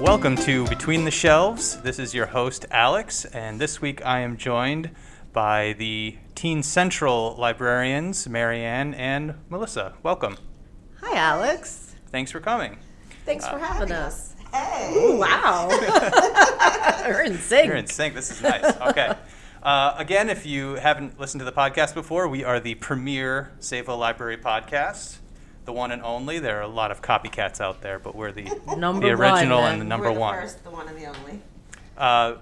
Welcome to Between the Shelves. This is your host, Alex, and this week I am joined by the Teen Central librarians, Marianne and Melissa. Welcome. Hi, Alex. Thanks for coming. Thanks Uh, for having us. Hey. Wow. We're in You're in sync. sync. This is nice. Okay. Uh, again, if you haven't listened to the podcast before, we are the premier Save a Library podcast, the one and only. There are a lot of copycats out there, but we're the, Number the original one. and the number We're the one. First, the one and the only. Uh,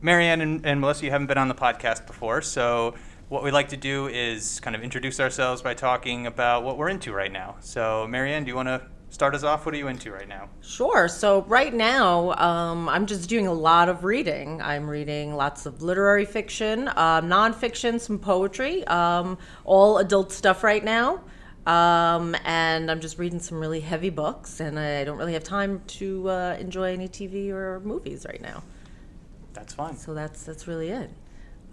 Marianne and, and Melissa, you haven't been on the podcast before, so what we like to do is kind of introduce ourselves by talking about what we're into right now. So, Marianne, do you want to start us off? What are you into right now? Sure. So right now, um, I'm just doing a lot of reading. I'm reading lots of literary fiction, uh, nonfiction, some poetry, um, all adult stuff right now. Um, and I'm just reading some really heavy books, and I don't really have time to uh, enjoy any TV or movies right now. That's fine. So that's that's really it.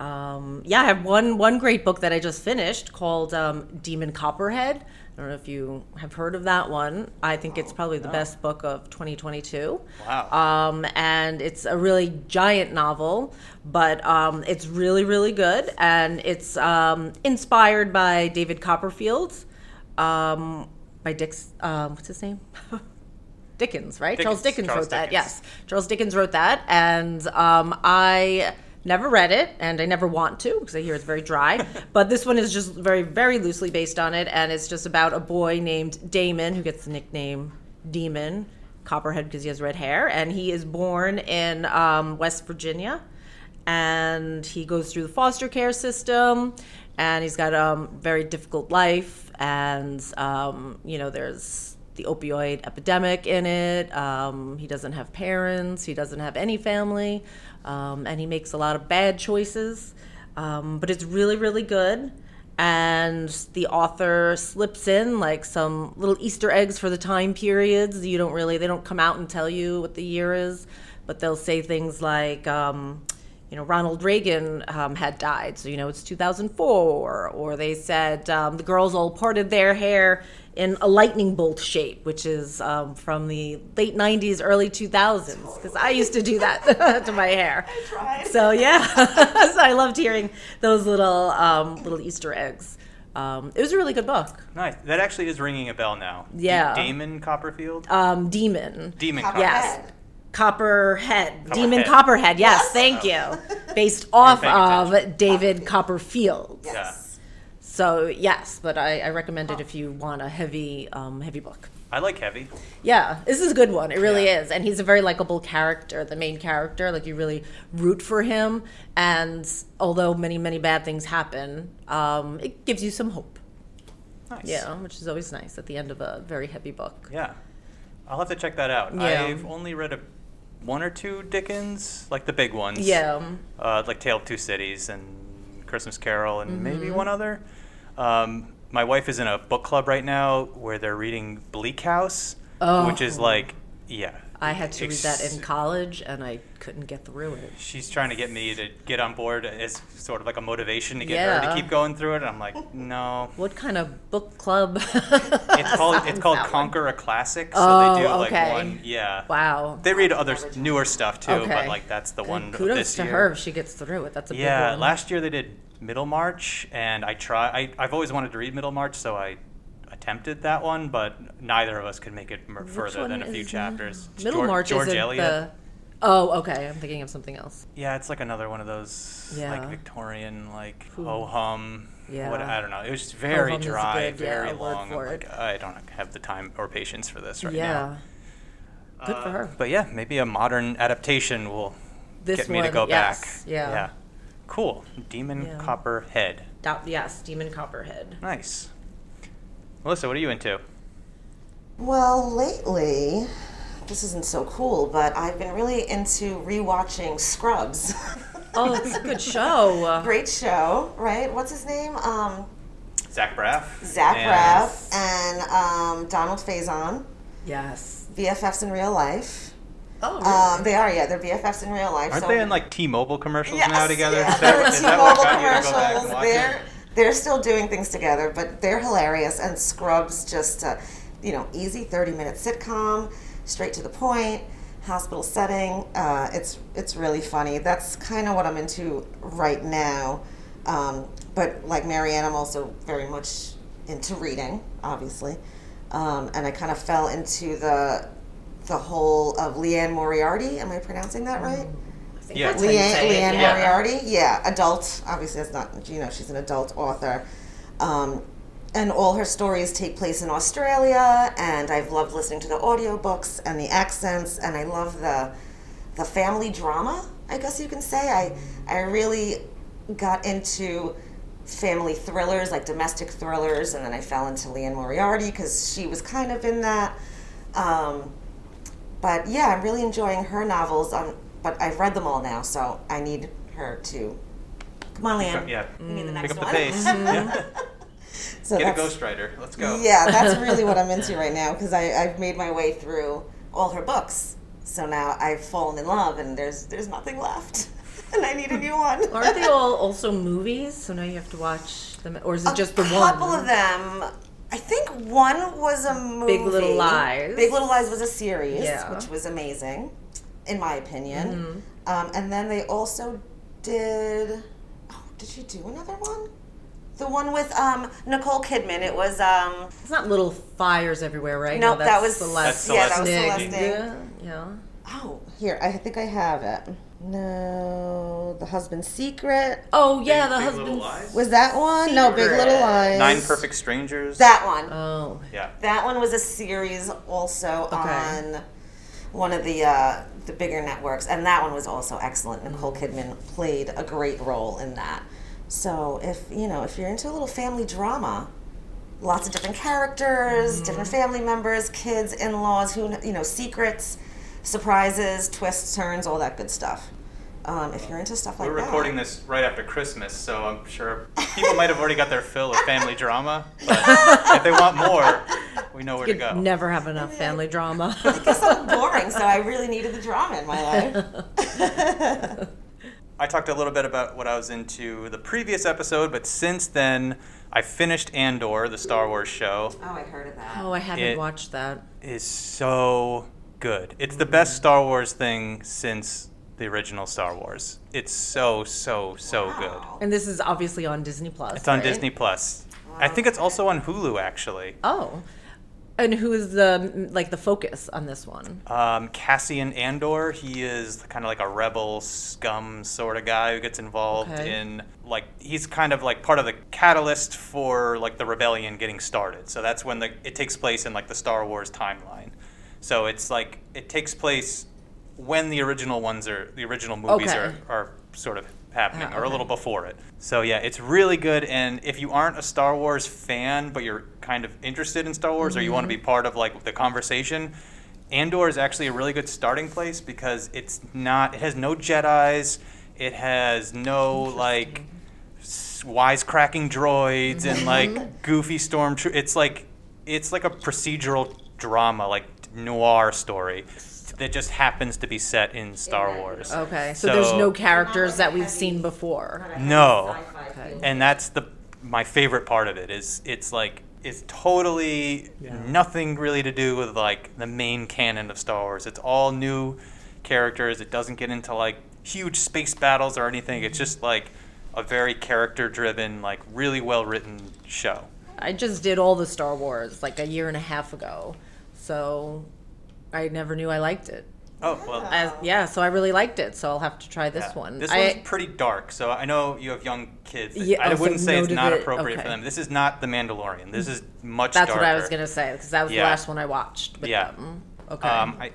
Um, yeah, I have one one great book that I just finished called um, Demon Copperhead. I don't know if you have heard of that one. I think it's probably the best book of 2022. Wow. Um, and it's a really giant novel, but um, it's really really good, and it's um, inspired by David Copperfield's, um, by Dick's. Um, what's his name? Dickens, right? Charles Dickens. Dickens Charles wrote that. Dickens. Yes. Charles Dickens wrote that, and um, I never read it, and I never want to because I hear it's very dry. but this one is just very, very loosely based on it, and it's just about a boy named Damon who gets the nickname Demon Copperhead because he has red hair, and he is born in um, West Virginia, and he goes through the foster care system, and he's got a um, very difficult life, and um, you know there's the opioid epidemic in it. Um, he doesn't have parents. He doesn't have any family. Um, and he makes a lot of bad choices. Um, but it's really, really good. And the author slips in like some little Easter eggs for the time periods. You don't really, they don't come out and tell you what the year is, but they'll say things like, um, you know, Ronald Reagan um, had died, so you know it's 2004. Or they said um, the girls all parted their hair in a lightning bolt shape, which is um, from the late 90s, early 2000s, because I used to do that to my hair. So yeah, so I loved hearing those little um, little Easter eggs. Um, it was a really good book. nice. That actually is ringing a bell now. D- Yeah. Damon Copperfield? Um, Demon. Demon Copperhead. Copperfield. Yes. Copperhead, Demon Copperhead. Copperhead. Yes, thank you. Based off paying attention. of David Copperfield. Yes. So yes, but I, I recommend it if you want a heavy, um, heavy book. I like heavy. Yeah, this is a good one. It really Yeah. is, and he's a very likable character, the main character. Like you really root for him, and although many, many bad things happen, um, it gives you some hope. Nice. Yeah, which is always nice at the end of a very heavy book. Yeah. I'll have to check that out. Yeah. I've only read a, one or two Dickens, like the big ones. Yeah. uh, like Tale of Two Cities and Christmas Carol and Mm-hmm. maybe one other. Um, my wife is in a book club right now where they're reading Bleak House, which Oh. is like, yeah. I had to read that Ex- in college, and I couldn't get through it. She's trying to get me to get on board as sort of like a motivation to get her Yeah. to keep going through it, and I'm like, no. What kind of book club? It's called it's sounds called that one? Conquer a Classic, so they do Oh, like okay. one, yeah. Wow. They read other s- newer stuff too, but Okay. like that's the one of Kudos this to year. her if she gets through it. That's a big Yeah, one. last year they did Middlemarch, and I try. I, I've always wanted to read Middlemarch, so I attempted that one, but neither of us could make it m- further one than a few is chapters. It's Middlemarch George, George isn't Eliot. the. Oh, okay. I'm thinking of something else. Yeah, it's like another one of those like Yeah. Victorian, like ho hum. Yeah. What I don't know. It was very Ho-hum is a dry, good, yeah, very word long. I'm for like, it. I don't have the time or patience for this right Uh, now. yeah. Good for her. But yeah, maybe a modern adaptation will This get me one, to go yes. back. Yeah. Yeah. Cool. Demon Yeah. Copperhead. Dou- yes, Demon Copperhead. Nice. Melissa, what are you into? Well, lately, this isn't so cool, but I've been really into rewatching Scrubs. Oh, it's a good show. Great show, right? What's his name? Um, Zach Braff. Zach And- Braff and um, Donald Faison, yes. BFFs in real life. Oh, Um, they are, yeah, they're BFFs in real life. Aren't so- they in like T-Mobile commercials Yes, now together? yeah, Is that- is they're that what T-Mobile got you to go back and commercials. watch it? They're they're still doing things together, but they're hilarious. And Scrubs just, uh, you know, easy thirty minute sitcom, straight to the point. hospital setting. Uh, it's it's really funny. That's kind of what I'm into right now. Um, but like Marianne, I'm also very much into reading, obviously. Um, and I kind of fell into the the whole of Leanne Moriarty. Am I pronouncing that right? Mm-hmm. think Yeah. that's how you Leanne, say it, Leanne yeah. Moriarty. Yeah, adult. Obviously, that's not you know she's an adult author, um, and all her stories take place in Australia. And I've loved listening to the audiobooks and the accents, and I love the the family drama. I guess you can say I I really got into family thrillers like domestic thrillers, and then I fell into Leanne Moriarty because she was kind of in that. Um, but yeah, I'm really enjoying her novels. Um, but I've read them all now, so I need her to. Come on, Leanne. Yeah. Give me the Pick Mm-hmm. next up the one. pace. Yeah. So Get a that's- ghostwriter. Let's go. Yeah, that's really what I'm into right now because I've made my way through all her books. So now I've fallen in love, and there's there's nothing left, and I need a new one. Aren't they all also movies? So now you have to watch them, or is it just the a one? couple of them. I think one was a movie. Big Little Lies. Big Little Lies was a series, Yeah. Mm-hmm. which was amazing, in my opinion. Um, and then they also did. Oh, did she do another one? The one with um, Nicole Kidman. It was. Um, It's not little fires everywhere, right? no, that that's was Celeste. Yeah, that was Celeste Celeste. Nick. Yeah, yeah. Oh, here I think I have it. No, The Husband's Secret. Oh yeah, the Big Little husband. Lies? Was that one? No, Big Little Secret. Lies. Nine Perfect Strangers. That one. Oh, Yeah. That one was a series also on one of the uh, the bigger networks, and that one was also excellent. Nicole Kidman played a great role in that. So if you know if you're into a little family drama, lots of different characters, different family members, kids, in-laws, who kn- you know, secrets, surprises, twists, turns, all that good stuff. Um, if you're into stuff like We're that, recording this right after Christmas, so I'm sure people might have already got their fill of family drama. But if they want more, we know where to could go. never have enough family drama. Guess I'm boring, so I really needed the drama in my life. I talked a little bit about what I was into the previous episode, but since then, I finished Andor, the Star Wars show. Oh, I heard of that. oh, I haven't It- watched that. Is so good. It's the best Star Wars thing since the original Star Wars. It's so so so good. Wow. And this is obviously on Disney Plus. It's on right? Disney Plus. I think it's also on Hulu actually. Oh, and who is the like the focus on this one? Um, Cassian Andor, he is kind of like a rebel scum sort of guy who gets involved Okay. in like he's kind of like part of the catalyst for like the rebellion getting started. So that's when the it takes place in like the Star Wars timeline. So it's like it takes place when the original ones are the original movies Okay. are, are sort of happening Ah, or a okay. little before it. So yeah, it's really good and if you aren't a Star Wars fan but you're kind of interested in Star Wars or you want Mm-hmm. to be part of like the conversation, Andor is actually a really good starting place because it's not it has no Jedi's, it has no like s- wisecracking droids and Mm-hmm. like goofy storm it's like it's like a procedural drama like noir story that just happens to be set in Star Wars. Okay, so, there's So- no characters that we've seen before. No. Sci-fi feel. and that's the my favorite part of it is it's like it's totally nothing really to do with like the main canon of Star Wars. It's all new characters. It doesn't get into like huge space battles or anything. It's just like a very character driven, like really well written show. I just did all the Star Wars like a year and a half ago, so I never knew I liked it. Oh well, As, yeah, so I really liked it. So I'll have to try this yeah. one. This I, one's pretty dark, so I know you have young kids. that- Yeah, I oh, so wouldn't say no it's to not the- appropriate for okay. them. This is not The Mandalorian. This is much that's darker. what I was gonna say because that was Yeah. the last one I watched with Yeah. them. Okay. Um, I,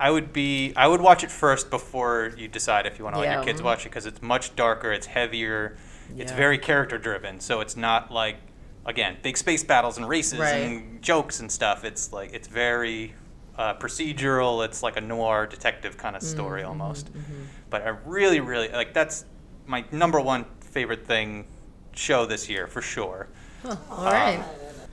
I would be, I would watch it first before you decide if you want to let Yeah. your kids watch it because it's much darker, it's heavier, it's Yeah. very character driven. So it's not like, again, big space battles and races and jokes and stuff. It's like it's very uh, procedural. It's like a noir detective kind Mm-hmm, of story almost. But I really, really like that's my number one favorite thing show this year for sure. Huh, all right,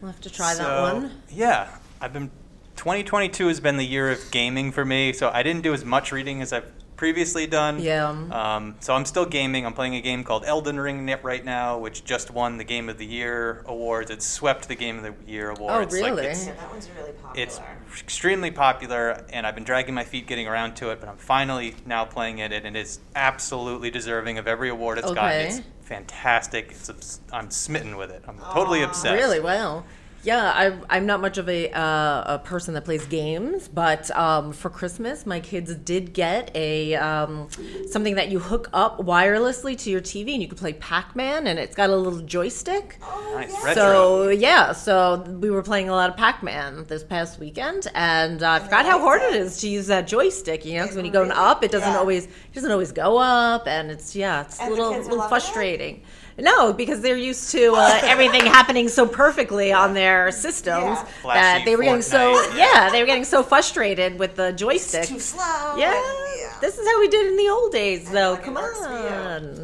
we'll have to try that um, So, one. Yeah, I've been. 2022 has been the year of gaming for me, so I didn't do as much reading as I've previously done. Yeah. Um, so I'm still gaming. I'm playing a game called Elden Ring net right now, which just won the Game of the Year awards. It swept the Game of the Year Oh, awards. really? it's, Yeah, that one's really popular. it's extremely popular, and I've been dragging my feet getting around to it, but I'm finally now playing it, and it is absolutely deserving of every award it's gotten. Okay. It's fantastic. It's obs- I'm smitten with it. I'm totally obsessed. Really? Wow. Yeah, I, I'm not much of a, uh, a person that plays games, but um, for Christmas, my kids did get a um, something that you hook up wirelessly to your TV, and you can play Pac-Man, and it's got a little joystick. Nice. yeah. Retro. So yeah, so we were playing a lot of Pac-Man this past weekend, and uh, I forgot how hard it is to use that joystick. You know, because when you go Really? up, it doesn't Yeah. always it doesn't always go up, and it's yeah, it's a And the little, kids little love it? frustrating. No, because they're used to uh, everything happening so perfectly on their systems Yeah. Flashy that they were getting so Fortnite. yeah, they were getting so frustrated with the joystick. Too slow. Yeah, and- yeah. this is how we did in the old days, though. like it Come works for you.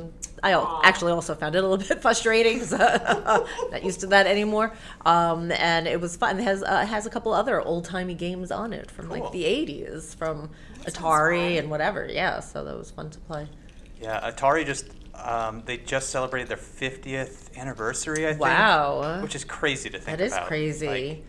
on. I al- actually also found it a little bit frustrating. 'cause, uh, not used to that anymore. Um, and it was fun. It has uh, has a couple other old timey games on it from Cool. like the '80s, from Atari and whatever. Yeah, so that was fun to play. Yeah, Atari just um, they just celebrated their 50th anniversary. I think. Wow. Which is crazy to think. That is about. crazy. Like,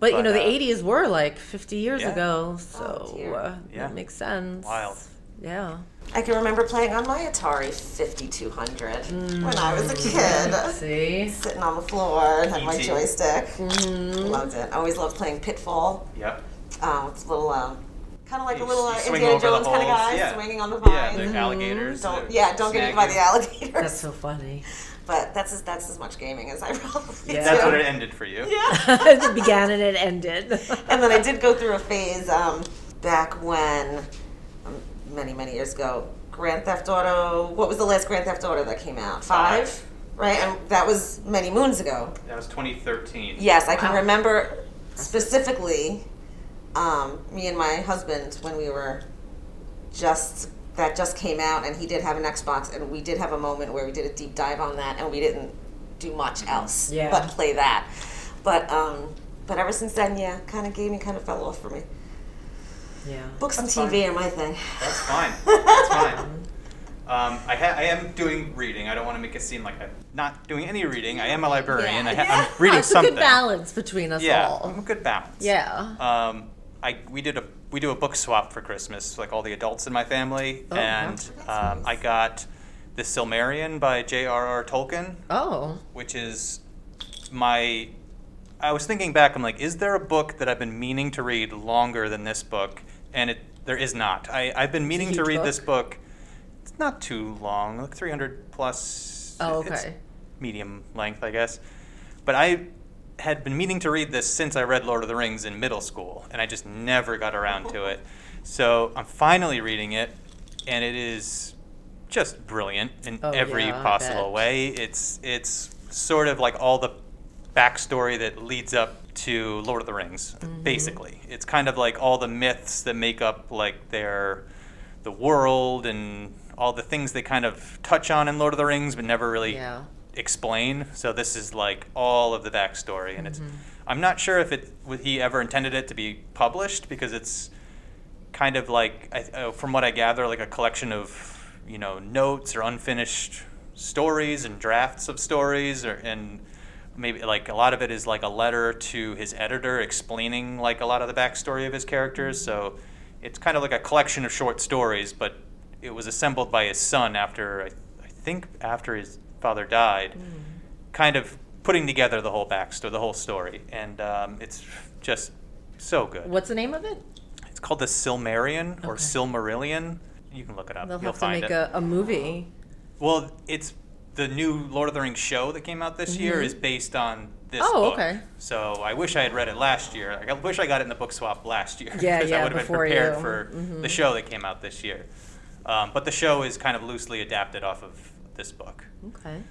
but, you but, know, the uh, '80s were like 50 years Yeah. Oh, ago, so dear. uh, Yeah. that makes sense. Wild. Yeah. I can remember playing on my Atari 5200 when I was a Mm. Let's kid. see. Sitting on the floor and had my E.T.. joystick. Mm-hmm. Loved it. I always loved playing Pitfall. yep. Um, it's a little, um, kind of like You a little uh, s- swing Indiana over the Jones kind of holes, guy yeah. swinging on the vines. Yeah, the alligators. don't, the yeah, don't get eaten by snagging. the alligators. That's so funny. but that's as, that's as much gaming as I probably Yeah. do. That's what it ended for you. Yeah. it began and it ended. and then I did go through a phase um, back when, um, many, many years ago, Grand Theft Auto, what was the last Grand Theft Auto that came out? Five? Five. Right? And that was many moons ago. That was 2013. Yes, I can Wow. remember specifically um, me and my husband when we were just that just came out and he did have an Xbox and we did have a moment where we did a deep dive on that and we didn't do much else Mm-hmm. Yeah. but play that. But um, but ever since then, yeah, kind of gaming kind of fell off for me. yeah. Books and That's TV are my thing. That's fine. That's fine. Um, I, ha- I am doing reading. I don't want to make it seem like I'm not doing any reading. I am a librarian. I ha- I'm reading it's something. a good balance between us Yeah, I'm a all. good balance. Yeah. Um, I we did a we do a book swap for Christmas, like all the adults in my family, Oh, and wow. um, I got the Silmarillion by J.R.R. Tolkien, Oh. which is my. I was thinking back. I'm like, is there a book that I've been meaning to read longer than this book? And it there is not. I I've been meaning to huge read book. this book. It's not too long, like 300 plus. Oh, it's okay. medium length, I guess. But I had been meaning to read this since I read Lord of the Rings in middle school, and I just never got around to it. So I'm finally reading it, and it is just brilliant in Oh, every yeah, I possible bet. way. It's it's sort of like all the backstory that leads up to Lord of the Rings, Mm-hmm. basically. It's kind of like all the myths that make up like their the world and all the things they kind of touch on in Lord of the Rings but never really Yeah. explain. So this is like all of the backstory, and it's. I'm not sure if it w- he ever intended it to be published because it's kind of like, I, uh, from what I gather, like a collection of you know notes or unfinished stories and drafts of stories, or and maybe like a lot of it is like a letter to his editor explaining like a lot of the backstory of his characters. So it's kind of like a collection of short stories, but it was assembled by his son after I, I think after his father died, kind of putting together the whole backstory, the whole story, and um, it's just so good. What's the name of it? It's called the Silmarillion or Okay. Silmarillion. You can look it up. They'll uh, You'll have to find make it. a, a movie. Well, it's the new Lord of the Rings show that came out this year is based on this Mm-hmm. Oh, book. okay. So I wish I had read it last year. Like, I wish I got it in the book swap last year. Yeah, because I yeah, would have been before prepared you. Mm-hmm. for the show that came out this year. Um, but the show is kind of loosely adapted off of this book. Okay.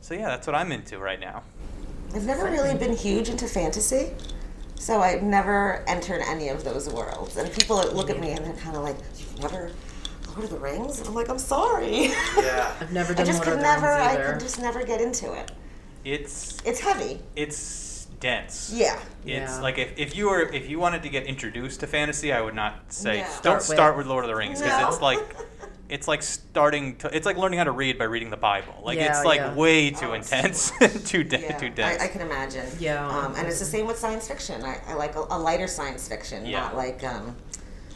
So yeah, that's what I'm into right now. I've never really been huge into fantasy, so I've never entered any of those worlds. And people look at me and they're kind of like, "You've never Lord of the Rings?" And I'm like, "I'm sorry." Yeah. I've never I done just Lord of could the never. Rings I either. could just never get into it. It's It's heavy. it's dense. Yeah. It's Yeah. like if, if you were if you wanted to get introduced to fantasy, I would not say No. don't Start with- start with Lord of the Rings because No. it's like it's like starting to it's like learning how to read by reading the Bible. Like Yeah, it's like yeah. way too Oh, it's too intense, much. too de- Yeah, too dense. I, I can imagine. Yeah. Um, and it's the same with science fiction. I, I like a, a lighter science fiction, Yeah. not like um,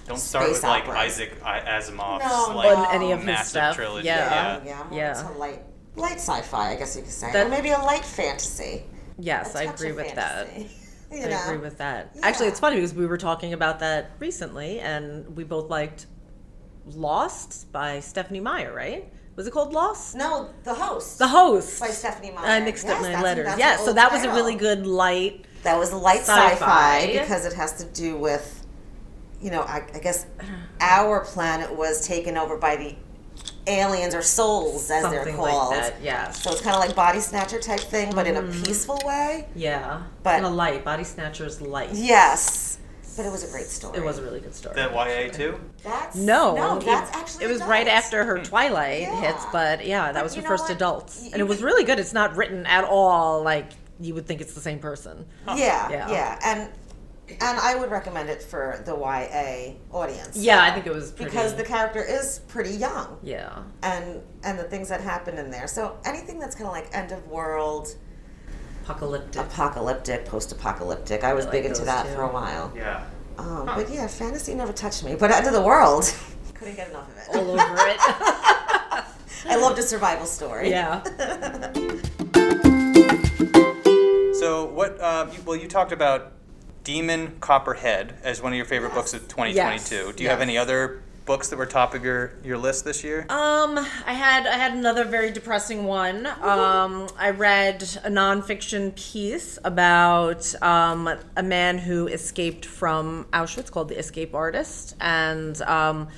don't start space with like opera. Isaac I- Asimov's No, like no. On any of his massive stuff, trilogy. yeah. yeah, yeah, I'm more Yeah. into light, light sci-fi. I guess you could say, That- or maybe a light fantasy. Yes, A I touch agree of with that. fantasy, you I know? agree with that. Yeah. Actually, it's funny because we were talking about that recently, and we both liked Lost by Stephanie Meyer, right? Was it called Lost? No, the host. The host. by Stephanie Meyer. I mixed up Yes, my that's- letters. that's Yeah, an so old that was a title. really good light. That was a light Sci-fi. sci-fi, because it has to do with, you know, I, I guess our planet was taken over by the aliens or souls, as they're something called. like that. Mm-hmm. Yeah. So it's kind of like body snatcher type thing, but in a peaceful way. Yeah. But- and a light. Body Snatcher's light. Yes, but it was a great story. It was a really good story. That YA too. That's no, no. it- That's actually it was adult. right after her Twilight Yeah. hits, but yeah, that But was her you know first what? adult, You- and it was really good. It's not written at all like you would think it's the same person. Yeah, Yeah. yeah, and and I would recommend it for the YA audience. Yeah, I think it was pretty. Because the character is pretty young, yeah, and and the things that happen in there. So anything that's kind of like end of world, apocalyptic. apocalyptic, post-apocalyptic. I was I like big into those that too. for a while. Yeah. Um, But yeah, fantasy never touched me. But end of the world, couldn't get enough of it. all over it. I loved a survival story. yeah. So what? Uh, you, well, you talked about Demon Copperhead as one of your favorite books of 2022. Do you have yes. any other books that were top of your your list this year? Um, I had I had another very depressing one. Um, I read a nonfiction piece about um, a man who escaped from Auschwitz called the Escape Artist, and um,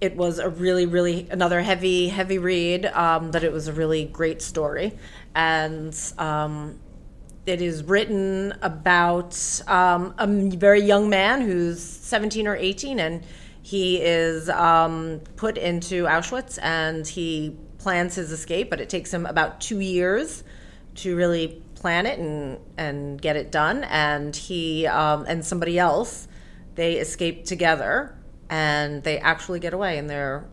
it was a really really another heavy heavy read, um, but it was a really great story, and um, it is written about um, a m- very young man who's 17 or 18 and he is um, put into auschwitz and he plans his escape but it takes him about two years to really plan it and, and get it done and he um, and somebody else they escape together and they actually get away and they're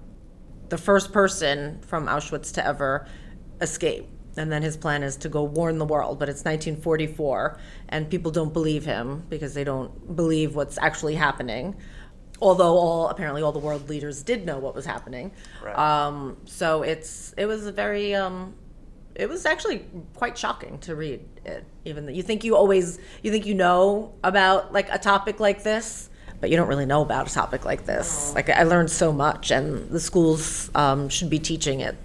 the first person from Auschwitz to ever escape. And then his plan is to go warn the world, but it's 1944, and people don't believe him because they don't believe what's actually happening. Although all apparently all the world leaders did know what was happening. Right. Um, so it's it was a very um, it was actually quite shocking to read it. Even though you think you always you think you know about like a topic like this, but you don't really know about a topic like this. Like I learned so much, and the schools um, should be teaching it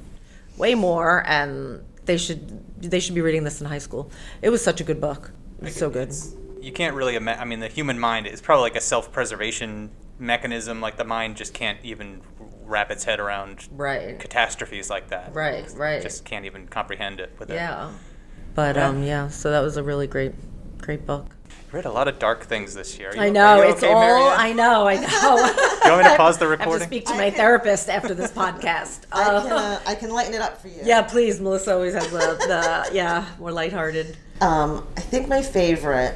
way more, and they should they should be reading this in high school. It was such a good book. It was so good. You can't really imagine. I mean, the human mind is probably like a self preservation mechanism. Like the mind just can't even wrap its head around Right. catastrophes like that. Right. Right. Just can't even comprehend it. With it. yeah. But Yeah. um yeah, so that was a really great great book. You read a lot of dark things this year. Are you- I know are you it's okay, all Marianne? I know, I know. Do you want me to pause the I have to recording? speak to I my can- therapist after this podcast. I Uh, can uh, I can lighten it up for you. yeah, please. Melissa always has the, the yeah more lighthearted. Um, I think my favorite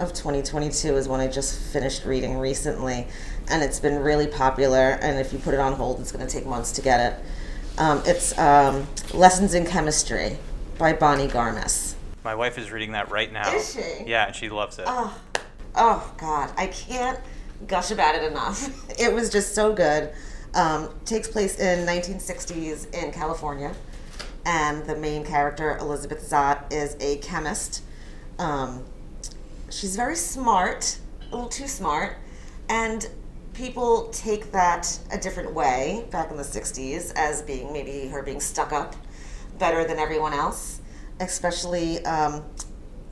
of 2022 is one I just finished reading recently, and it's been really popular. And if you put it on hold, it's going to take months to get it. Um, it's um, Lessons in Chemistry by Bonnie Garmis. My wife is reading that right now. Is she? Yeah, and she loves it. Oh, oh God, I can't gush about it enough. It was just so good. Um, takes place in 1960s in California, and the main character Elizabeth Zott is a chemist. Um, she's very smart, a little too smart, and people take that a different way back in the 60s as being maybe her being stuck up better than everyone else, especially, um,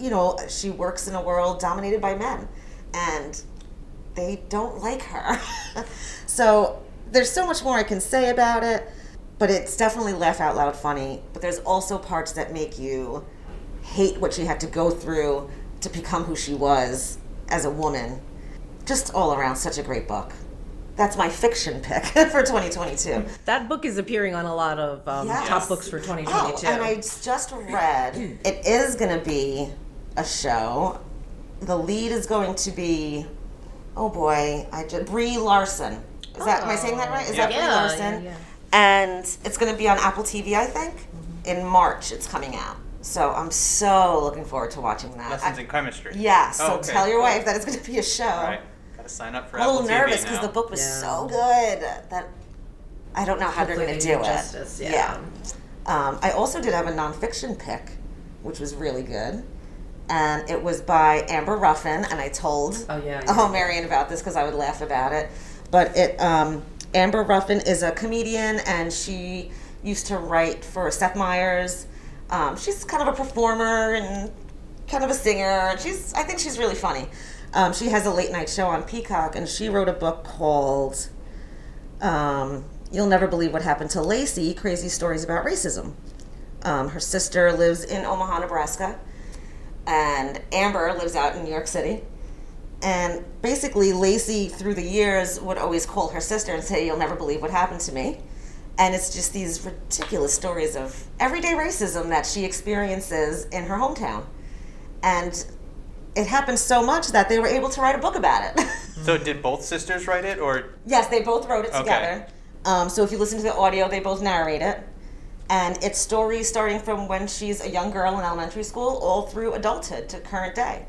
you know, she works in a world dominated by men and they don't like her. so there's so much more I can say about it, but it's definitely laugh out loud funny, but there's also parts that make you hate what she had to go through to become who she was as a woman. Just all around, such a great book. That's my fiction pick for 2022. That book is appearing on a lot of um, Yes. top books for 2022. Oh, and I just read it is going to be a show. the lead is going to be, oh boy, I just Brie Larson. Is that am I saying that right? Is that Yeah, Brie Larson? yeah, yeah. And it's going to be on Apple TV, I think. Mm-hmm. In March, it's coming out. So I'm so looking forward to watching that. Lessons I- in chemistry. yeah. So Oh, okay, tell your cool. wife that it's going to be a show. All right. Gotta sign up for I'm a Apple little TV nervous because now. the book was Yeah. so good that I don't know how Hopefully they're going they to do do it. justice, yeah. Um, I also did have a nonfiction pick, which was really good, and it was by Amber Ruffin, and I told Oh, yeah, yeah. oh Marion about this because I would laugh about it, but it um, Amber Ruffin is a comedian and she used to write for Seth Meyers. Um, she's kind of a performer and kind of a singer. and She's I think she's really funny. Um, she has a late night show on Peacock, and she wrote a book called um, You'll Never Believe What Happened to Lacey Crazy Stories About Racism. Um, her sister lives in Omaha, Nebraska, and Amber lives out in New York City. And basically, Lacey, through the years, would always call her sister and say, You'll never believe what happened to me. And it's just these ridiculous stories of everyday racism that she experiences in her hometown. And it happened so much that they were able to write a book about it. So did both sisters write it, or Yes, they both wrote it Okay. together. Um, so if you listen to the audio, they both narrate it. And it's stories starting from when she's a young girl in elementary school all through adulthood to current day.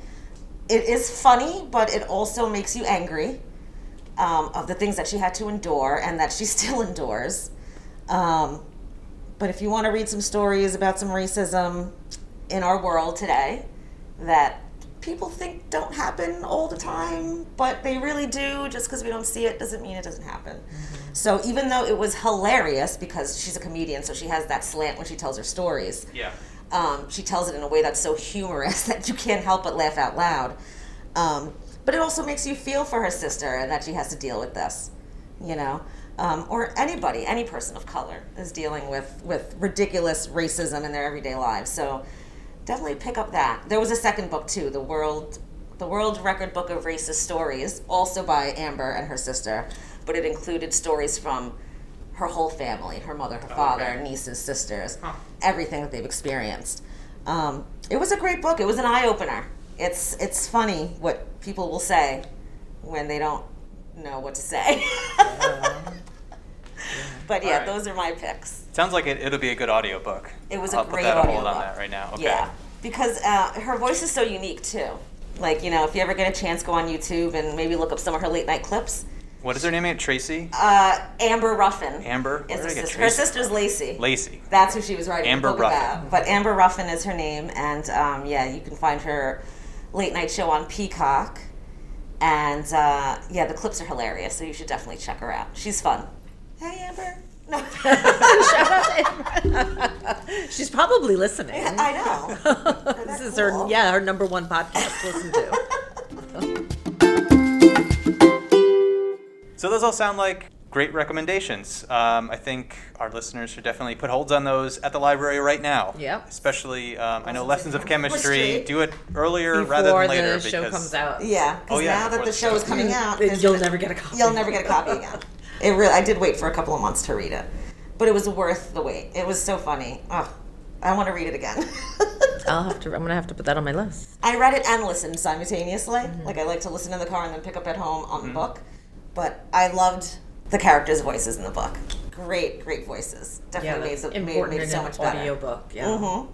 It is funny, but it also makes you angry um, of the things that she had to endure and that she still endures. Um, but if you want to read some stories about some racism in our world today that people think don't happen all the time, but they really do, just because we don't see it doesn't mean it doesn't happen. So even though it was hilarious because she's a comedian, so she has that slant when she tells her stories yeah? um, she tells it in a way that's so humorous that you can't help but laugh out loud. Um, but it also makes you feel for her sister and that she has to deal with this, you know, um, or anybody, any person of color is dealing with with ridiculous racism in their everyday lives. So definitely pick up that. There was a second book too, the world. The World Record Book of Racist Stories, also by Amber and her sister, but it included stories from her whole family her mother, her father, Okay. nieces, sisters, everything that they've experienced. Um, it was a great book. It was an eye opener. It's it's funny what people will say when they don't know what to say. But yeah, Alright. those are my picks. Sounds like it, it'll be a good audiobook. It was I'll a put great that on audiobook. hold on that right now. Okay. Yeah, because uh, her voice is so unique too. Like you know, if you ever get a chance, go on YouTube and maybe look up some of her late night clips. What is her name? again? Tracy? Uh, Amber Ruffin Amber? is Where her did I get sister. Her Tracy? sister's Lacey. Lacey. That's who she was writing Amber the book Ruffin. about. But Amber Ruffin is her name, and um, yeah, you can find her late night show on Peacock. And uh, yeah, the clips are hilarious, so you should definitely check her out. She's fun. Hey, Amber. No, She's probably listening. I know. this is her, cool? yeah, her number one podcast to listen to. So those all sound like great recommendations. Um, I think our listeners should definitely put holds on those at the library right now. Yep. Especially, um, I know lessons Lessons in of chemistry. Chemistry. Do it earlier rather Before than the later show because comes out, Yeah, because Oh, yeah, now that before the the show show. is coming out, Then there's you'll gonna- never get a copy. You'll never get a copy again. It really. I did wait for a couple of months to read it, but it was worth the wait. It was so funny. Oh, I want to read it again. I'll have to. I'm gonna have to put that on my list. I read it and listened simultaneously. Mm-hmm. Like I like to listen in the car and then pick up at home on the book. But I loved the characters' voices in the book. Great, great voices. Definitely that's made, it, made, made in it so an much better. Mm-hmm. audiobook. Yeah. All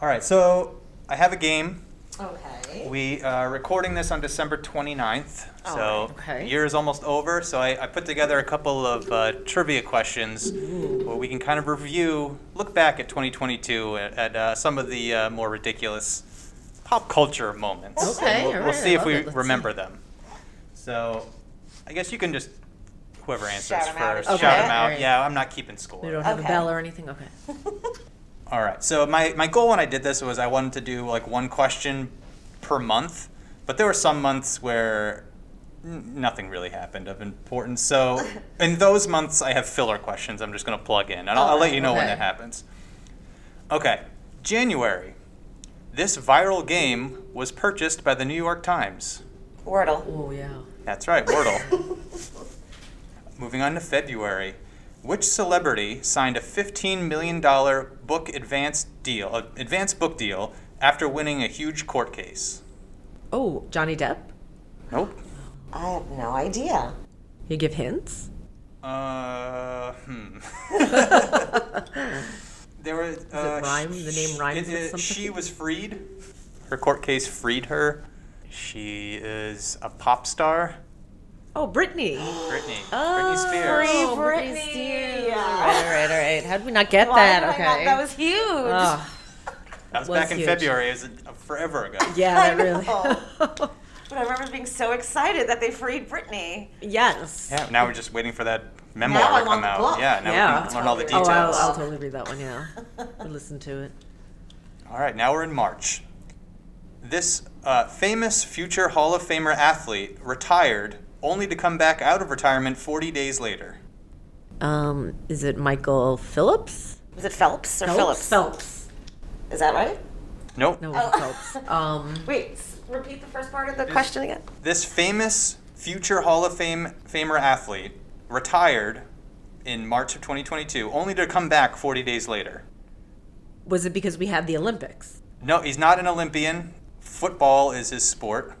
right. So I have a game. Okay. We are recording this on December 29th, All so right, okay. the year is almost over. So I, I put together a couple of uh, trivia questions where we can kind of review, look back at 2022 at, at uh, some of the uh, more ridiculous pop culture moments. And Okay, we'll, all we'll right, I see if love we it. Let's remember them. So I guess you can just whoever answers Shout 'em out if first, you shout want. them Okay. out. Yeah, I'm not keeping score. We don't have a Okay. bell or anything. Okay. All right. So my, my goal when I did this was I wanted to do like one question per month, but there were some months where n- nothing really happened of importance. So in those months, I have filler questions. I'm just going to plug in, and I'll, I'll let you know when Okay. that happens. Okay, January. This viral game was purchased by the New York Times. Wordle. Oh yeah. That's right, Wordle. Moving on to February. Which celebrity signed a $15 million book advance deal, uh, advance book deal after winning a huge court case? Oh, Johnny Depp. Nope. I have no idea. You give hints. Uh, hmm. Oh, there were. Uh, rhyme? sh- The name rhymes with something? She was freed. Her court case freed her. She is a pop star. Oh, Brittany. oh, Britney. Britney Spears. Britney Oh, Britney. Spears. All right, all right, all right. How did we not get Why that? did I okay. not- that was huge. Ugh, That was, was back in huge. February. It was uh, forever ago. yeah, that I really. know. But I remember being so excited that they freed Britney. yes. Yeah. Now we're just waiting for that memoir Now I to come want the out. book. Yeah. Now Yeah. we can learn all the Oh, wow. details. Oh, I'll, I'll totally read that one. Yeah, I'll listen to it. All right, now we're in March. This uh, famous future Hall of Famer athlete retired only to come back out of retirement 40 days later. Um, is it Michael Phillips? Was it Phelps or Phillips? Phelps. Is that right? Nope. No, it was Phelps. Oh. Um, Wait, s- repeat the first part of the question again. This famous future Hall of Fame famer athlete retired in March of 2022 only to come back 40 days later. was it because we had the Olympics? No, he's not an Olympian. Football is his sport.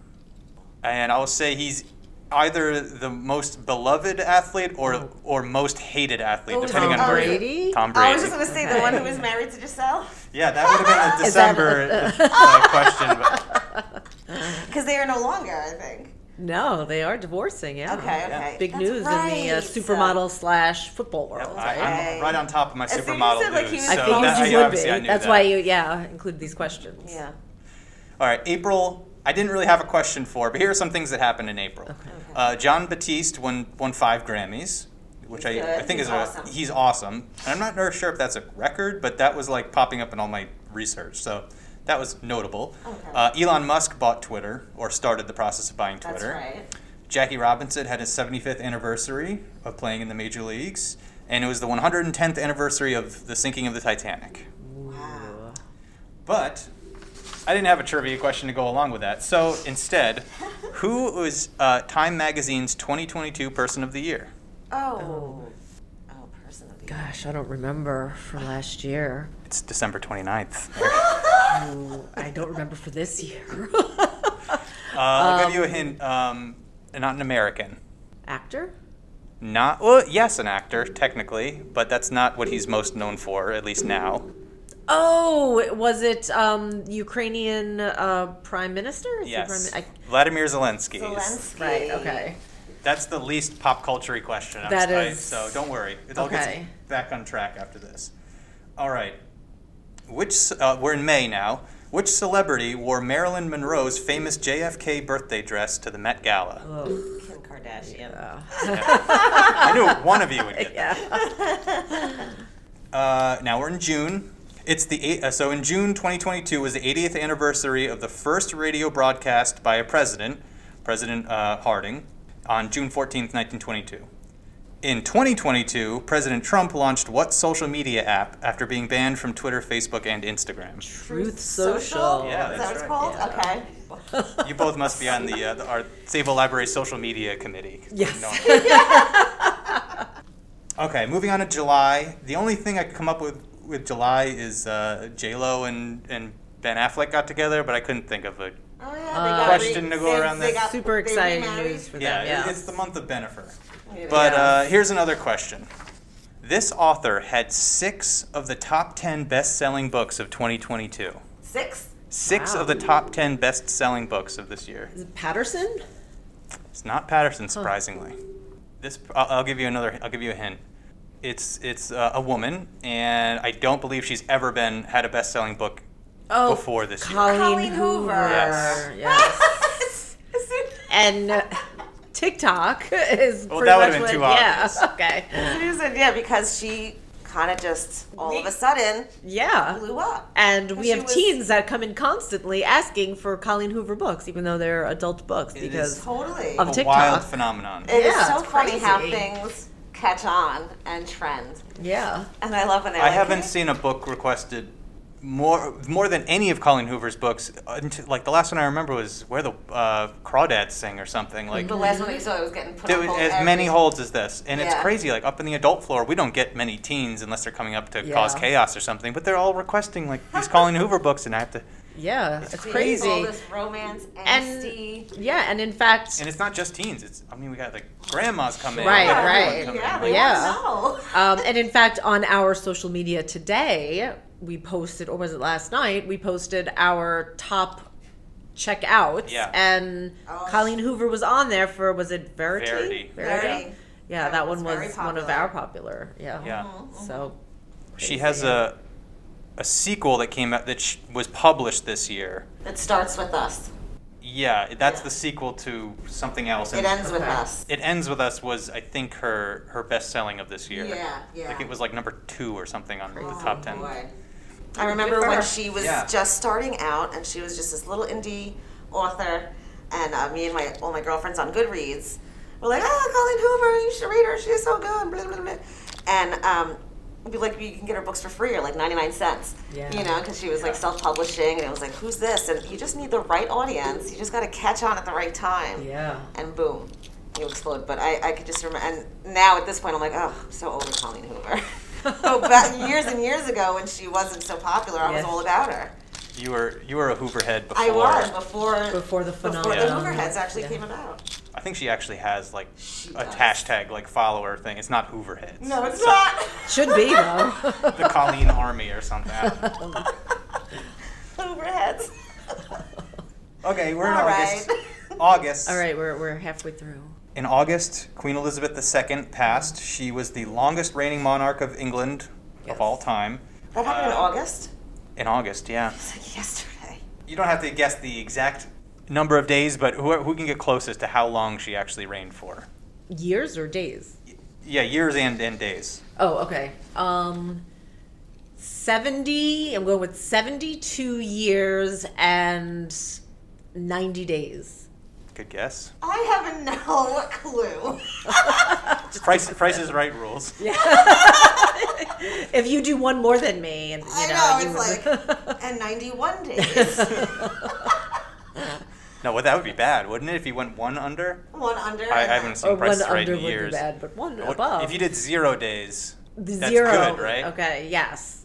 And I'll say he's either the most beloved athlete or or most hated athlete, Oh, depending Tom on where- Brady? Tom Brady. I was just going to say the one who was married to Giselle. Yeah, that would have been a Is that- December uh, question. But Because they are no longer, I think. No, they are divorcing. Yeah. Okay, okay. Big That's news in the uh, right. supermodel slash football world. I, Okay. am right on top of my As soon as you supermodel said, like, he news, so was I So figured that- you I- would obviously I be. knew That's that. why you, yeah, include these questions. Yeah. All right, April. I didn't really have a question for, but here are some things that happened in April. Uh, John Batiste won won five Grammys, which He's I, I good. think He's is awesome. a he's awesome. And I'm not very sure if that's a record, but that was like popping up in all my research, so that was notable. Okay. Uh, Elon Musk bought Twitter or started the process of buying Twitter. That's right. Jackie Robinson had his 75th anniversary of playing in the major leagues, and it was the 110th anniversary of the sinking of the Titanic. Wow. But I didn't have a trivia question to go along with that. So instead, who was uh, Time Magazine's 2022 Person of the Year? Oh. Oh, person of the year. Gosh, I don't remember for last year. It's December 29th. Ooh, I don't remember for this year. Uh, I'll give you a hint. Um, not an American. Actor? Not well, yes, an actor technically, but that's not what he's most known for, at least now. Oh, it- was it um, Ukrainian uh, prime minister? Is he Yes, prime- Vladimir Zelensky. is- Zelensky. I, right. Okay. That's the least pop culture question. I'm That sorry. is- so don't worry. It all Okay. gets back on track after this. All right. Which uh, we're in May now. Which celebrity wore Marilyn Monroe's famous JFK birthday dress to the Met Gala? Kim Kardashian. I knew one of you would get that. Yeah. Uh, now we're in June. It's the eight, uh, so in June 2022 was the 80th anniversary of the first radio broadcast by a president, President uh, Harding, on June 14th, 1922. In 2022, President Trump launched what social media app after being banned from Twitter, Facebook, and Instagram? Truth Social. Yeah, Is that's that what it's right. called? Okay. You both must be on the, uh, the our Save a Library social media committee. Yes. No. okay, moving on to July. The only thing I could come up with with July is uh, J Lo and and Ben Affleck got together, but I couldn't think of a. Oh, yeah. They got Question re- to go they- around they this. got- Uh, Super they exciting remarried. news for Yeah, them. Yeah. it's the month of Benifer. But uh, here's another question. This author had six of the top 10 best selling books of 2022. Six? Six Wow. of the top 10 best selling books of this year. Is it Patterson? It's not Patterson, surprisingly. This I'll, I'll give you another. I'll give you a hint. It's it's uh, a woman, and I don't believe she's ever been had a best-selling book Oh, before this year. Colleen, Colleen Hoover. Hoover. Yes. Yes. Is it- and uh, TikTok is Well, pretty that much would've been what, too yeah. obvious. Okay. It is, and yeah, because she kind of just all of a sudden Yeah. blew up. And we she have was- teens that come in constantly asking for Colleen Hoover books, even though they're adult books, is because Totally. Of A TikTok. wild phenomenon. It is Yeah, so it's funny how crazy. things catch on and trend. yeah, And I love when they I haven't seen a book requested more more than any of Colleen Hoover's books. uh, Until, like the last one I remember was where the uh, crawdads sing or something. Like the last one that you saw that was getting put there on was hold as every- many holds as this, and it's Yeah. crazy. Like up in the adult floor, we don't get many teens unless they're coming up to Yeah. cause chaos or something. But they're all requesting like these Colleen Hoover books, and I have to Yeah, it's, See, crazy. All this romance, and angsty. yeah, and in fact, And it's not just teens. It's I mean we got like grandmas coming. Right, everyone right. coming. Yeah, they Yeah. want to know. um, and in fact, on our social media today, we posted, or was it last night? We posted our top checkouts, Yeah. and Oh. Colleen Hoover was on there for was it Verity? Verity. Verity. Yeah, That that one one's very was one of popular. our popular. Yeah. Yeah. So She has a a sequel that came out that sh- was published this year. It starts with us. Yeah, that's the sequel to something else. It ends with Okay. us. It Ends with Us was I think her her best selling of this year. Yeah, yeah. Oh, Like it was like number two or something on the top ten. Boy. I remember for when her. she was Yeah. just starting out, and she was just this little indie author, and uh, me and my all my girlfriends on Goodreads were like, "Ah, Colleen Hoover, you should read her. She's so good." Blah, blah, blah. And um, we'd be like, "You can get her books for free, or like ninety nine cents." Yeah. You know, because she was like self publishing, and it was like, "Who's this?" And you just need the right audience. You just got to catch on at the right time. yeah. And boom. You explode, but I, I could just remember. And now at this point, I'm like, oh, I'm so over Colleen Hoover. oh, but years and years ago when she wasn't so popular, I was Yeah. all about her. You were you were a Hooverhead before. I was before Before the before the phenomenon. Hooverheads actually Yeah. came about. I think she actually has like She a does. hashtag like follower thing. It's not Hooverheads. No, it's not. Should be though. The Colleen Army or something. I don't know. Hooverheads. Okay, we're in All August. right. August. All right, we're we're halfway through. In August, Queen Elizabeth II passed. She was the longest reigning monarch of England Yes. of all time. That happened in Uh, August. In August, yeah. It's like yesterday. You don't have to guess the exact number of days, but who, who can get closest to how long she actually reigned for? Years or days? Yeah, years and, and days. Oh, okay. Um, seventy. I'm going with seventy-two years and ninety days. Good guess. I have no clue. Price, price is right rules. If you do one more than me, and you I know, know, it's you would- and 91 days. No, well, that would be bad, wouldn't it? If you went one under? One under. I, I and haven't seen or Price Oh, one is Right under in would years. be bad, but one What- above. If you did zero days, that's zero, good, right? Okay, yes.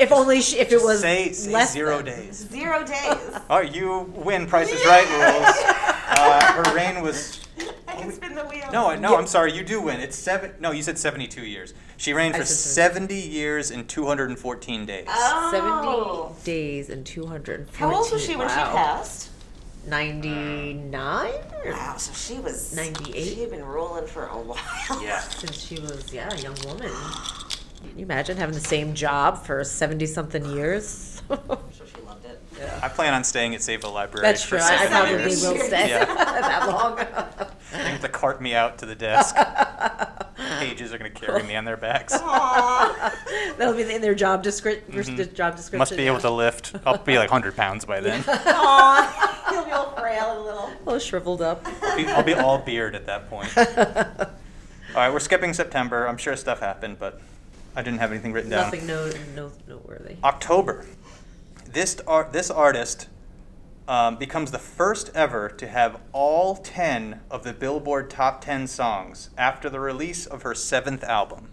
If only she, if it was say, say less zero than- days. Zero days. Oh, you win Price is Right rules. Uh, her reign was. I can spin the wheel. Oh, No, I- no, I'm sorry. You do win. It's seven. No, you said 72 years. She reigned I for said 70 years and 214 days. Oh. Seventy days and two hundred. How old was she when she passed? Ninety-nine. Wow, so she was 98? She had been rolling for a while. Yeah. Since she was, yeah, a young woman. Can you imagine having the same job for 70 something years? I'm sure she loved it. I plan on staying at Save a Library That's for true. I, I seven probably years. will stay Yeah. that long. They have to cart me out to the desk. Pages are going to carry me on their backs. Oh, That'll be in their job, descri- job description. Mm-hmm. Must be able to lift. I'll be like 100 pounds by then. Aw, you'll be all frail and little. A little shriveled up. I'll be, I'll be all beard at that point. All right, we're skipping September. I'm sure stuff happened, but I didn't have anything written down. Nothing no, no, noteworthy. October. This art, this artist um, becomes the first ever to have all ten of the Billboard top ten songs after the release of her seventh album.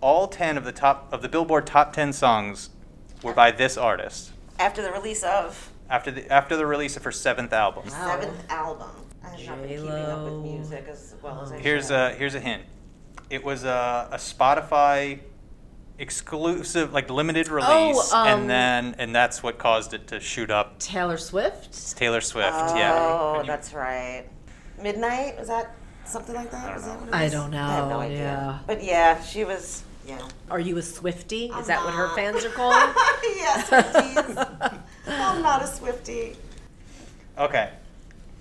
All ten of the top of the Billboard top ten songs were by this artist After the release of after the after the release of her seventh album. Wow. seventh album. I have not been keeping up J-Lo. with music as well as I Here's should. a here's a hint. It was a, a Spotify exclusive, like limited release, um, and then and that's what caused it to shoot up. Taylor Swift? Taylor Swift, Oh, yeah. Can you- that's right. Midnight was that something like that? I don't Was that what it I was? don't I have no know, idea. yeah. But yeah, she was. Yeah. Are you a Swifty? Is I'm that what her not. fans are called? yes, Swifties. I'm not a Swiftie. Okay.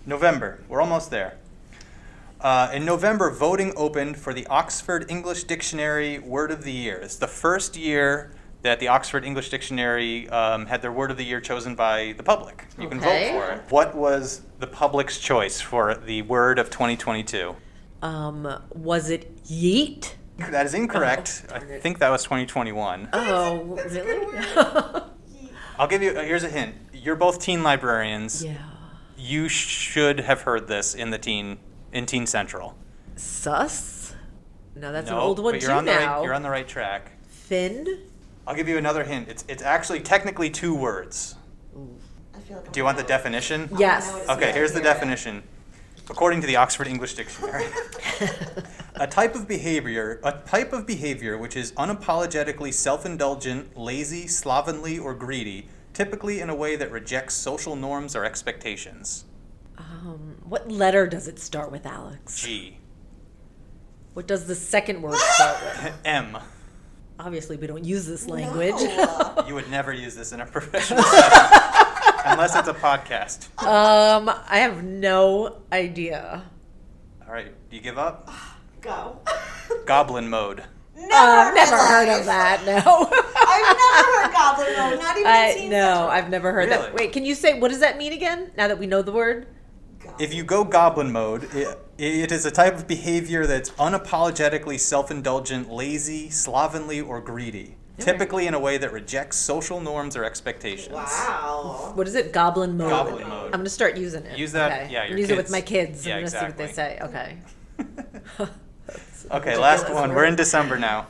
November. We're almost there. Uh, in November, voting opened for the Oxford English Dictionary Word of the Year. It's the first year that the Oxford English Dictionary um, had their Word of the Year chosen by the public. You can vote Okay. for it. What was the public's choice for the word of 2022? um, was it Yeet? That is incorrect. I think that was 2021. Oh, really? I'll give you, uh, here's a hint. You're both teen librarians. yeah. You should have heard this in the teen, in Teen Central. Sus? No, that's no, an old one but too you're on the now. Right, you're on the right track. Finn? I'll give you another hint. It's it's actually technically two words. I feel like Do you want the definition? Yes. Okay, here's the Hear it. definition. According to the Oxford English Dictionary, a type of behavior, a type of behavior which is unapologetically self-indulgent, lazy, slovenly, or greedy, typically in a way that rejects social norms or expectations. Um, what letter does it start with, Alex? G. What does the second word start with? M. Obviously, we don't use this language. No. You would never use this in a professional setting unless it's a podcast. um, I have no idea. All right, do you give up? Um, Go. Goblin mode. Uh, never, never heard of that. No. I've never heard goblin mode. Not even I seen no, I've never heard that. Really? Wait, can you say what does that mean again? Now that we know the word, Goblin. If you go goblin mode, it, it is a type of behavior that's unapologetically self indulgent, lazy, slovenly, or greedy, typically in a way that rejects social norms or expectations. Wow. Um, what is it? Goblin mode. Goblin I'm mode. gonna start using it. Use that- Okay. yeah, I'm your gonna use it with kids. my kids. Yeah, I'm gonna see exactly. what they say. Okay. That's a okay, last ridiculous one. We're in December now.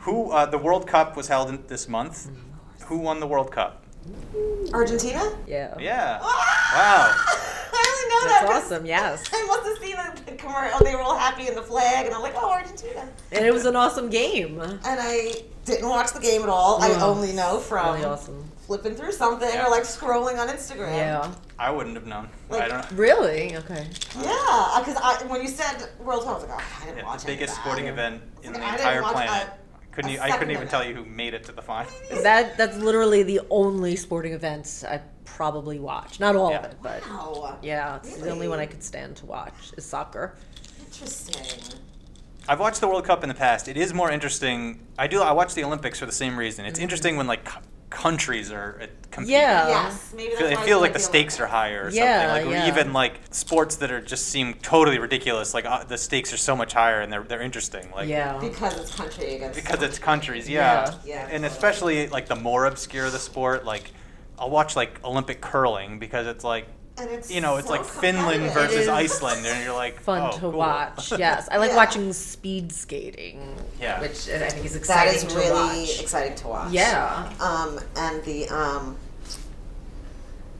Who uh, the World Cup was held in, this month? Mm. Who won the World Cup? Argentina? Yeah. Yeah. Ah! I only know That's that 'cause awesome. Yes. I must have seen the- the commercial. They were all happy in the flag, and I'm like, oh, Argentina. And it was an awesome game. Really And I didn't watch the game at all. I Yeah. only know from Mm. Um, awesome. flipping through something Yeah. or like scrolling on Instagram. Yeah. I wouldn't have known. I Like, don't know. Really? Okay. Yeah, because I when you said World Cup, I was like, oh, I didn't Yeah, watch the biggest any of that. sporting event in Like, the I didn't entire watch planet. couldn't a you, I couldn't second even of tell it. you who made it to the final. That that's literally the only sporting event I probably watch. Not all of Yeah. it, but Wow. yeah, it's the Really? only one I could stand to watch is soccer. Interesting. I've watched the World Cup in the past. It is more interesting. I do. I watch the Olympics for the same reason. Mm-hmm. It's interesting when like c- countries are uh, competing. Yeah. yes, maybe It that's feel- why It I feels feel like the stakes are higher or Yeah, something. Like or yeah. even like sports that are just seem totally ridiculous. Like uh, the stakes are so much higher and they're they're interesting. Like Yeah. because it's country against because it's countries. Yeah. Yeah. Yeah, And totally. especially like the more obscure the sport, like I'll watch like Olympic curling because it's like and it's you know it's so like Finland competitive. It versus is Iceland and you're like Fun oh, to cool. watch. Yes, I like Yeah. watching speed skating. Yeah. Which I think is That exciting is to really watch. exciting to watch. Yeah. Um, and the um,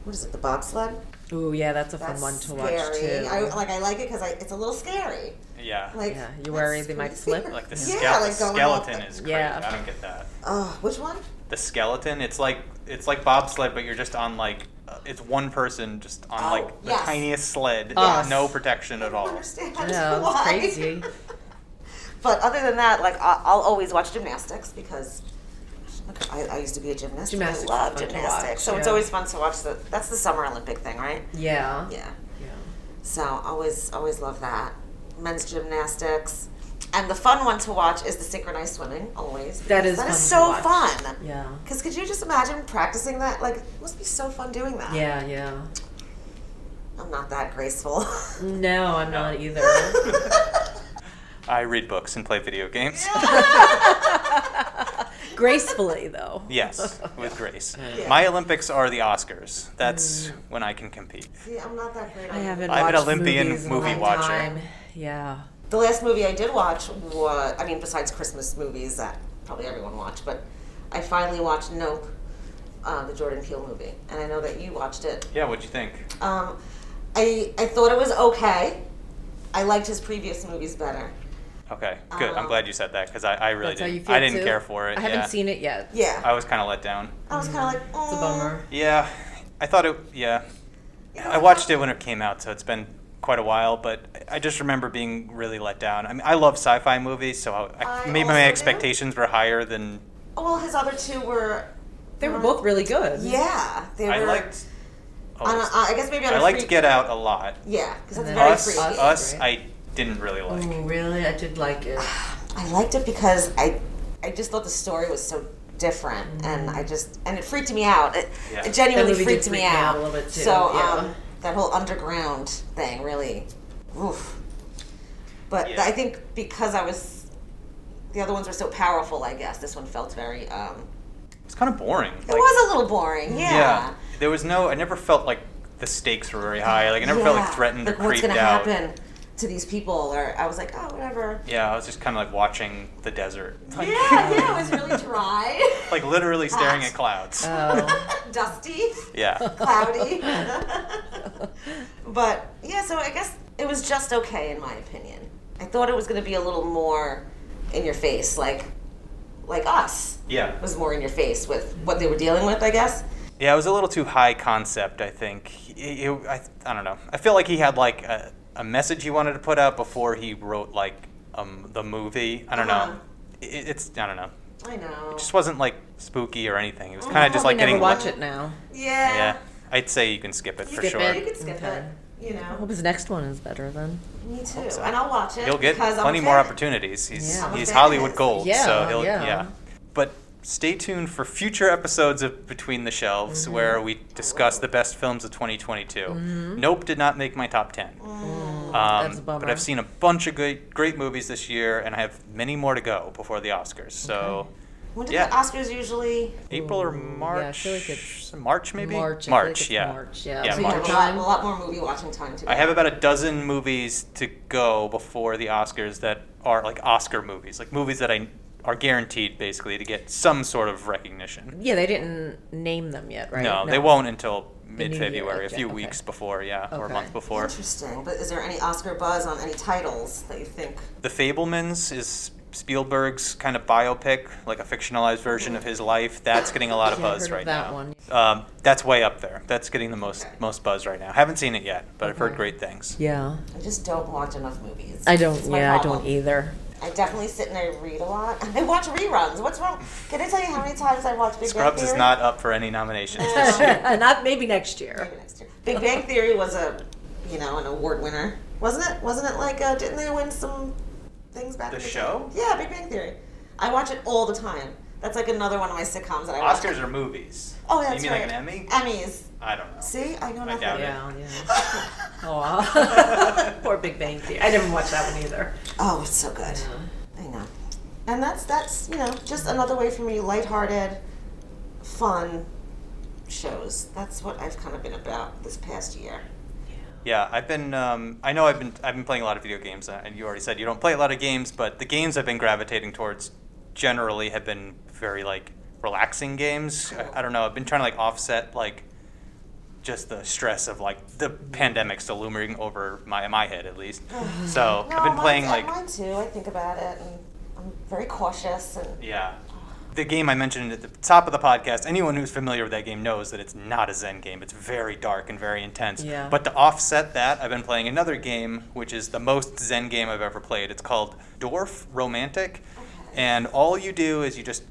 what is it? The bobsled. Ooh, yeah, that's a fun That's one to watch scary. too. I like. I like it because it's a little scary. yeah. Like Yeah, you that's worry they might pretty flip. scary. Like the Yeah, skele- like going off skeleton the- is crazy. Yeah. I don't get that. Oh, which one? The skeleton, it's like it's like bobsled, but you're just on like uh, it's one person just on Oh, like the yes. tiniest sled, Yes. no protection at I all. don't understand Yeah, it's why. crazy. but other than that, like I- I'll always watch gymnastics because I, I used to be a gymnast. and Gymnastics I is love fun to gymnastics, watch, so it's yeah. always fun to watch the. That's the summer Olympic thing, right? yeah. Yeah. Yeah. So always, always love that. Men's gymnastics. And the fun one to watch is the synchronized swimming, always. That is That fun is so to watch. fun. Yeah. Because could you just imagine practicing that? Like, it must be so fun doing that. Yeah, yeah. I'm not that graceful. No, I'm not either. I read books and play video games. Gracefully though. yes, with grace. Yeah. My Olympics are the Oscars. Mm. That's when I can compete. See, I'm not that great. I haven't I'm an watched Olympian movies in a movie long watcher. time. Yeah. The last movie I did watch was, I mean, besides Christmas movies that probably everyone watched, but I finally watched Nope, uh, the Jordan Peele movie. And I know that you watched it. Yeah, what'd you think? Um, I I thought it was okay. I liked his previous movies better. Okay, good. I'm Um, glad you said that because I, I really That's how didn't. you feel I didn't too? care for it. I haven't yeah. seen it yet. Yeah, I was kind of let down. I was kind of like, It's a "Mm." bummer. Yeah, I thought it. Yeah, I watched it when it came out, so it's been quite a while. But I I just remember being really let down. I mean, I love sci-fi movies, so I, I, I maybe also my do. expectations were higher than Oh, well, his other two were. They were both really good. Yeah, they were. I liked. Oh, On a, I guess maybe on I a liked freak- Get Out a lot. Yeah, because And that's then- very Mm. Us, freaky. us, Right. I didn't really like. Oh, really? I did like it. I liked it because I I just thought the story was so different, and I just and it freaked me out. It, Yeah. it That genuinely movie did freaked freak me me out out a little bit too, So yeah. um, that whole underground thing really, oof. But Yeah. I think because I was, the other ones were so powerful. I guess this one felt very. Um, It's kind of boring. it was a little boring. Yeah. There was no. I never felt like the stakes were very high. Like I never felt like Yeah. threatened Like, or what's creeped gonna out. happen? to these people, or I was like, oh, whatever. Yeah, I was just kind of like watching the desert, like, Yeah, yeah, it was really dry, like literally staring at clouds. Oh, dusty, yeah, cloudy. but yeah, so I guess it was just okay in my opinion. I thought it was going to be a little more in your face, like like us yeah, was more in your face with what they were dealing with, I guess. yeah. It was a little too high concept. I think. It- it- I, I don't know. I feel like he had like a, a message he wanted to put out before he wrote like um, the movie. I don't Uh-huh. know. It, it's I don't know. I know. It just wasn't like spooky or anything. It was kind of just Mm, Probably like getting never watch it now. yeah. Yeah, I'd say you can skip it for Skip sure. it. You could skip Okay. it. You I know, hope his next one is better then. me too. so. And I'll watch it. He'll get because I'm a plenty more fan. opportunities. He's Yeah. I'm a he's fan. Hollywood gold, so Yeah, he'll yeah. yeah. But stay tuned for future episodes of Between the Shelves Mm-hmm. where we discuss the best films of 2022. Mm-hmm. Nope did not make my top 10. Mm. Um, That's a but bummer. I've seen a bunch of great great movies this year and I have many more to go before the Oscars. So When do Yeah. the Oscars usually? April or Ooh, yeah, I March? feel like it's March maybe? March, I feel like March, it's yeah. March, yeah. Yeah, So We you March. have a lot, a lot more movie watching time too. I have about a dozen movies to go before the Oscars that are like Oscar movies, like movies that I are guaranteed basically to get some sort of recognition. Yeah, they didn't name them yet, right? No, they won't until mid February, Immediately, a few yeah, okay. weeks before, yeah, or a Okay. month before. Interesting. But is there any Oscar buzz on any titles that you think? The Fablemans is Spielberg's kind of biopic, like a fictionalized version of his life. That's getting a lot of Yeah, I buzz heard of right that now. one. Um, that's way up there. That's getting the most Okay. most buzz right now. Haven't seen it yet, but I've heard Okay. great things. Yeah, I just don't watch enough movies. I don't. It's my Yeah, I problem. don't either. I definitely sit and I read a lot. I watch reruns. What's wrong? Can I tell you how many times I watched Big Scrubs Bang is Theory? not up for any nominations. Not maybe next year. Maybe next year. Big Bang Theory was a, you know, an award winner, wasn't it? Wasn't it like uh, didn't they win some things back? The in day? show? Yeah, Big Bang Theory. I watch it all the time. That's like another one of my sitcoms that I watch. Oscars are movies. Oh, that's You mean right. like an Emmy? Emmys. I don't know. See, I know I nothing. doubt it. Yeah, yeah. Aw. Poor Big Bang Theory. I never watched that one either. Oh, it's so good. I know. And that's that's you know just another way for me, lighthearted, fun shows. That's what I've kind of been about this past year. Yeah, I've been. Um, I know I've been. I've been playing a lot of video games, uh, and you already said you don't play a lot of games, but the games I've been gravitating towards generally have been very like relaxing games. I, I don't know. I've been trying to like offset like just the stress of like the pandemic still looming over my my head at least. so No, I've been mine- playing I- like mine too. I think about it, and I'm very cautious. And yeah. The game I mentioned at the top of the podcast, anyone who's familiar with that game knows that it's not a Zen game. It's very dark and very intense. Yeah. But to offset that, I've been playing another game, which is the most Zen game I've ever played. It's called Dwarf Romantic. And all you do is you just.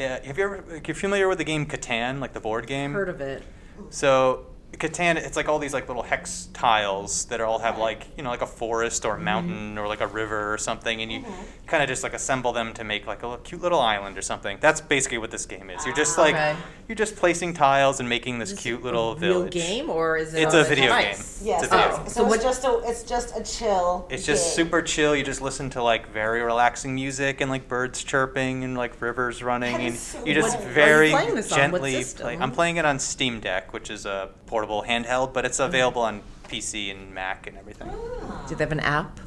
Uh, have you ever. If you're familiar with the game Catan, like the board game? Heard of it? So Catan, it's like all these like little hex tiles that all have like you know like a forest Mm-hmm. or a mountain or like a river or something, and you kind of just like assemble them to make like a little, cute little island or something. That's basically what this game is. You're just like Ah, Okay. you're just placing tiles and making this Is this cute little a village. Real game or is it? It's on a the video device? game. yes, It's a video so- game. so, So what- it's just a it's just a chill. It's just gig. super chill. You just listen to like very relaxing music and like birds chirping and like rivers running, That and is so you just What- are you very playing this on? What gently play. system? I'm playing it on Steam Deck, which is a portable handheld, but Mm. it's available on PC and Mac and everything. Ah, Do they have an app?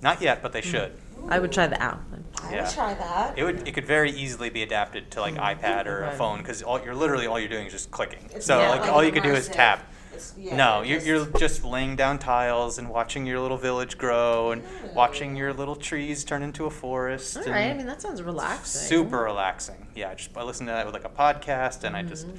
Not yet, but they Mm. should. I would try the app. I yeah. would try that. It would. It could very easily be adapted to like iPad or a Right. phone because all you're literally all you're doing is just clicking. Mm. It's so not like, all you could do is immersive. tap. It's- yeah, no, it you're, just- you're just laying down tiles and watching your little village grow and watching your little trees turn into a forest. All and- right. I mean, that sounds relaxing. super relaxing. Yeah, I just I listen to that with like a podcast, and I just Mm-hmm.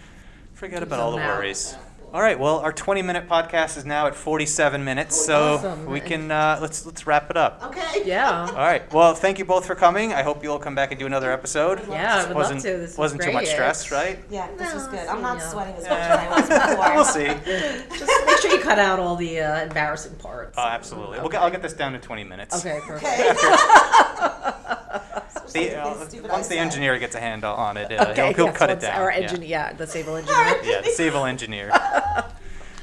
forget about all the zone out. worries. All right, well, our 20-minute podcast is now at 47 minutes, so Awesome. we can uh, let's let's wrap it up. okay. Yeah. All right, well, thank you both for coming. I hope you'll come back and do another episode. Yeah, I would wasn't love to. This was wasn't too much great. stress, right? Yeah, this was No, good. I'm not yeah. sweating as much as I was before. we'll see. Just make sure you cut out all the uh, embarrassing parts. Oh, absolutely. We'll get, I'll get this down to 20 minutes. Okay. Perfect. Okay. The- Something uh, stupid I once the said. engineer gets a handle on it, uh, Okay, he'll, he'll yes, cut it once down. Our yeah. engineer, yeah. the civil engineer. yeah, the civil engineer. All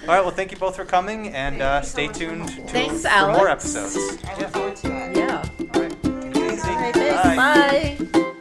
right, well, thank you both for coming, and uh, so stay much. tuned to Thanks, for more Alex. episodes. I look forward to it. yeah. All right. Take it easy. All right, Thanks. Bye. Bye.